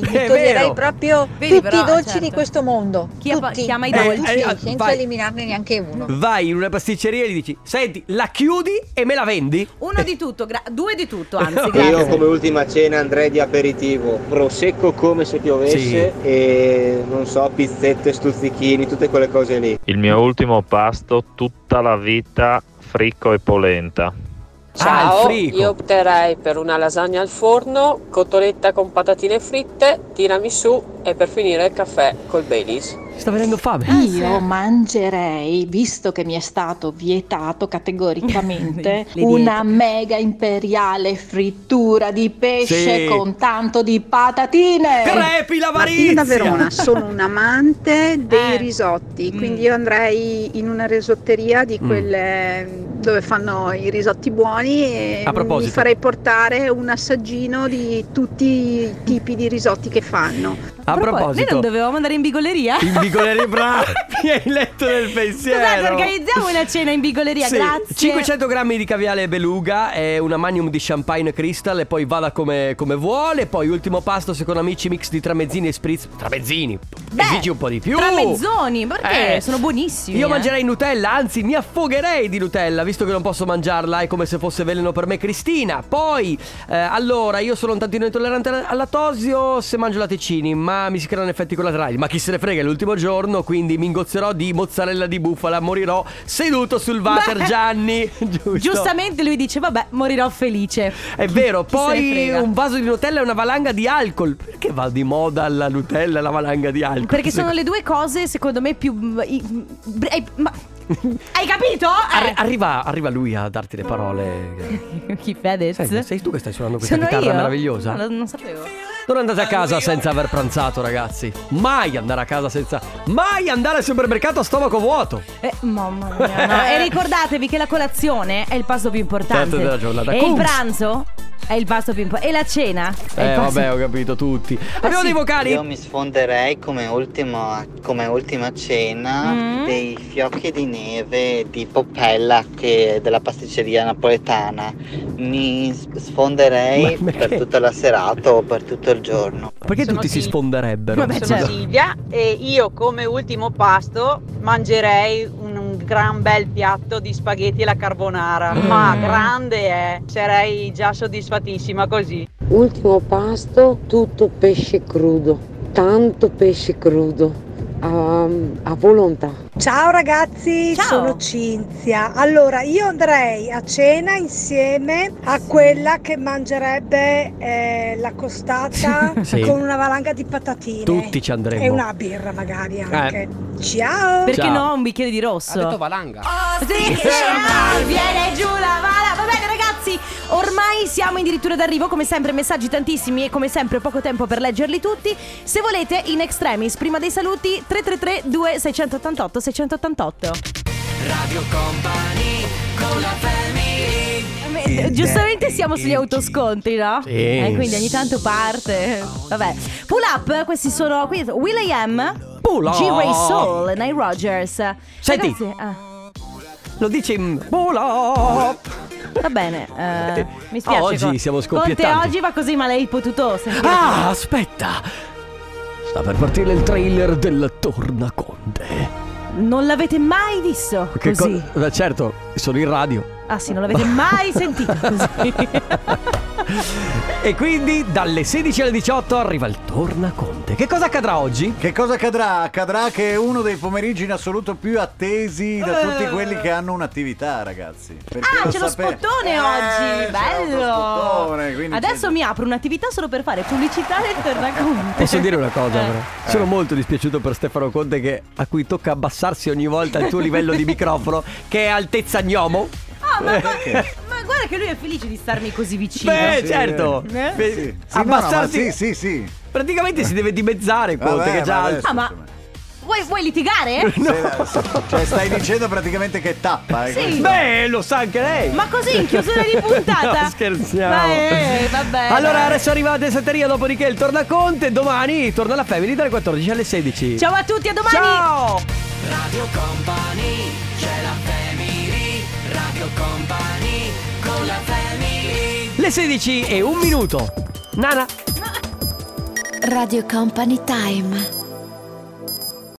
Speaker 3: È
Speaker 13: li toglierei
Speaker 3: vero.
Speaker 13: proprio
Speaker 3: Vedi,
Speaker 13: tutti
Speaker 3: però,
Speaker 13: i dolci
Speaker 3: certo.
Speaker 13: di questo mondo.
Speaker 3: Chi ha-
Speaker 13: tutti,
Speaker 3: chi ama i
Speaker 13: tutti,
Speaker 3: dolci?
Speaker 1: Eh, eh,
Speaker 13: senza
Speaker 1: vai.
Speaker 13: eliminarne neanche uno.
Speaker 1: Vai in una pasticceria e gli dici: Senti, la chiudi e me la vendi?
Speaker 3: Uno di tutto, gra- due di tutto, anzi,
Speaker 12: Io
Speaker 3: grazie.
Speaker 12: come ultima cena andrei di aperitivo, prosecco come se piovesse e non so, pizzette, stuzzichini, tutte quelle cose lì.
Speaker 17: Il mio ultimo pasto tutta la vita, fricco e polenta.
Speaker 1: Ah,
Speaker 18: Ciao,
Speaker 17: frigo.
Speaker 18: io opterei per una lasagna al forno, cotoletta con patatine fritte, tiramisù e per finire il caffè col Baileys.
Speaker 1: Sta venendo fame.
Speaker 15: Eh,
Speaker 19: Io mangerei, visto che mi è stato vietato categoricamente,
Speaker 3: Le
Speaker 19: una mega imperiale frittura di pesce
Speaker 20: Sì.
Speaker 19: con tanto di patatine.
Speaker 1: Crepi
Speaker 20: Martina da Verona, sono un amante
Speaker 3: Eh.
Speaker 20: dei
Speaker 3: Mm.
Speaker 20: risotti, quindi io andrei in una risotteria di
Speaker 1: Mm.
Speaker 20: quelle dove fanno i risotti buoni e
Speaker 1: A
Speaker 20: mi
Speaker 1: proposito.
Speaker 20: farei portare un assaggino di tutti i tipi di risotti che fanno.
Speaker 1: A
Speaker 3: Noi non
Speaker 1: proposito,
Speaker 3: dovevamo andare in bigoleria?
Speaker 1: il bigoleria bravo, mi hai letto nel pensiero.
Speaker 3: Scusate, organizziamo una cena in bigoleria,
Speaker 1: Sì,
Speaker 3: grazie.
Speaker 1: 500 grammi di caviale beluga e una magnum di champagne crystal e poi vada come, come vuole. Poi ultimo pasto, secondo amici, mix di tramezzini e spritz. Tramezzini, esigi un po' di più.
Speaker 3: Tramezzoni, perché
Speaker 1: Eh.
Speaker 3: sono buonissimi.
Speaker 1: Io
Speaker 3: eh.
Speaker 1: mangerei Nutella, anzi mi affogherei di Nutella, visto che non posso mangiarla, è come se fosse veleno per me Cristina. Poi, eh, allora, io sono un tantino intollerante al al lattosio se mangio latticini, ma mi si creano effetti collaterali. Ma chi se ne frega, è l'ultimo giorno, quindi mi ingozzerò di mozzarella di bufala, morirò seduto sul water
Speaker 3: Beh.
Speaker 1: Gianni. Giusto.
Speaker 3: Giustamente lui dice, vabbè, morirò felice.
Speaker 1: È vero,
Speaker 3: se ne
Speaker 1: poi
Speaker 3: frega?
Speaker 1: un vaso di Nutella e una valanga di alcol. Perché va di moda la Nutella e la valanga di alcol?
Speaker 3: Perché sono
Speaker 1: Secondo-
Speaker 3: le due cose, secondo me, più... mm, i- i- ma- Hai capito?
Speaker 1: Arri- arriva, arriva lui a darti le parole.
Speaker 3: Eh. Chi Fedez?
Speaker 1: Senti, sei tu che stai suonando questa
Speaker 3: Sono
Speaker 1: chitarra
Speaker 3: io?
Speaker 1: meravigliosa?
Speaker 3: No, non sapevo. Eh,
Speaker 1: Non andate a casa senza aver pranzato, ragazzi. Mai andare a casa senza. Mai andare al supermercato a stomaco vuoto.
Speaker 3: Eh, mamma mia. no. e ricordatevi che la colazione è il pasto più importante.
Speaker 1: Certo, della giornata.
Speaker 3: E il
Speaker 1: Cums.
Speaker 3: pranzo è il pasto più importante. E la cena è il pasto
Speaker 1: Eh, ho capito tutti. Ah,
Speaker 3: Abbiamo sì. dei vocali?
Speaker 21: Io mi sfonderei come, ultimo- come ultima cena
Speaker 1: Mm.
Speaker 21: dei fiocchi di neve di Poppella che è della pasticceria napoletana. Mi s- sfonderei
Speaker 1: Ma perché?
Speaker 21: per tutta la serata o per tutto il giorno.
Speaker 1: Perché tutti si sfonderebbero?
Speaker 22: Sono
Speaker 13: certo.
Speaker 22: Silvia e io come ultimo pasto mangerei un, un gran bel piatto di spaghetti alla carbonara, ma
Speaker 1: Mm.
Speaker 22: grande è, sarei già soddisfattissima così.
Speaker 23: Ultimo pasto, tutto pesce crudo, tanto pesce crudo, a, a volontà.
Speaker 24: Ciao ragazzi, sono Cinzia. Allora, io andrei a cena insieme a quella che mangerebbe eh, la costata
Speaker 1: Sì.
Speaker 24: con una valanga di patatine.
Speaker 1: Tutti ci andremmo.
Speaker 24: E una birra magari anche.
Speaker 1: Eh.
Speaker 24: Ciao!
Speaker 3: Perché
Speaker 1: Ciao.
Speaker 3: no, un bicchiere di rosso.
Speaker 1: Ha detto
Speaker 3: valanga. Oh, sì, che no, viene giù la vala. Va bene, ragazzi, ormai siamo addirittura d'arrivo. Come sempre, messaggi tantissimi e come sempre poco tempo per leggerli tutti. Se volete, in extremis, prima dei saluti, 333-2688-688.
Speaker 4: Radio Company con la family.
Speaker 3: Eh, Giustamente siamo sugli autosconti, no?
Speaker 4: Sì.
Speaker 3: Eh, quindi ogni tanto parte. Vabbè. Pull up, questi sono qui. Will.i.am,
Speaker 1: Pull up.
Speaker 3: G-Ray Soul, Nile Rogers.
Speaker 1: Senti.
Speaker 3: Ragazzi, ah.
Speaker 1: Lo dice in. Bola!
Speaker 3: Va bene, eh, mi spiace.
Speaker 1: Ah, Oggi
Speaker 3: Con-
Speaker 1: siamo
Speaker 3: Conte
Speaker 1: scoppiettati.
Speaker 3: oggi va così, ma lei ha potuto sentire.
Speaker 1: Ah, aspetta! Sta per partire il trailer del Tornaconte.
Speaker 3: Non l'avete mai visto
Speaker 1: Che
Speaker 3: così.
Speaker 1: co- Beh, certo, sono in radio.
Speaker 3: ah sì, non l'avete mai sentito così.
Speaker 1: E quindi dalle 16 alle 18 arriva il Tornaconte. Che cosa accadrà oggi?
Speaker 25: Che cosa accadrà? Accadrà che è uno dei pomeriggi in assoluto più attesi da tutti quelli che hanno un'attività, ragazzi. Perché
Speaker 3: Eh. ah, c'è lo
Speaker 25: sapete-
Speaker 3: spottone
Speaker 25: Eh, c'è
Speaker 3: oggi,
Speaker 25: lo spottone,
Speaker 3: bello.
Speaker 25: quindi
Speaker 3: Adesso mi apro un'attività solo per fare pubblicità del tornaconte.
Speaker 1: Posso dire una cosa
Speaker 3: Eh.
Speaker 1: però? Sono molto dispiaciuto per Stefano Conte che, a cui tocca abbassarsi ogni volta il tuo livello di microfono che è altezza gnomo.
Speaker 3: Ah, ma, ma-
Speaker 1: Perché?
Speaker 3: ma guarda che lui è felice di starmi così vicino.
Speaker 1: Eh, Beh, certo.
Speaker 3: Eh?
Speaker 1: Beh,
Speaker 25: Sì, sì, no, no, ma
Speaker 1: Abbassarsi
Speaker 25: sì, sì, sì.
Speaker 1: Praticamente si deve dimezzare Conte
Speaker 25: Vabbè,
Speaker 1: che è già
Speaker 25: ma
Speaker 1: alto.
Speaker 25: adesso-
Speaker 3: Ah, ma vuoi, vuoi litigare?
Speaker 25: Se la- se- cioè, stai dicendo praticamente che è tappa. eh,
Speaker 3: Sì.
Speaker 25: questo.
Speaker 1: Beh, lo sa anche lei.
Speaker 3: Ma così in chiusura di puntata?
Speaker 1: No, scherziamo.
Speaker 3: Ma, eh, vabbè.
Speaker 1: Allora
Speaker 3: dai.
Speaker 1: adesso arriva la deserteria, dopodiché il Tornaconte, domani torna la Family dalle 14 alle 16.
Speaker 3: Ciao a tutti, a domani.
Speaker 1: Ciao.
Speaker 4: Radio Company, c'è la family.
Speaker 1: le 16 e un minuto. Nana.
Speaker 15: Radio Company Time.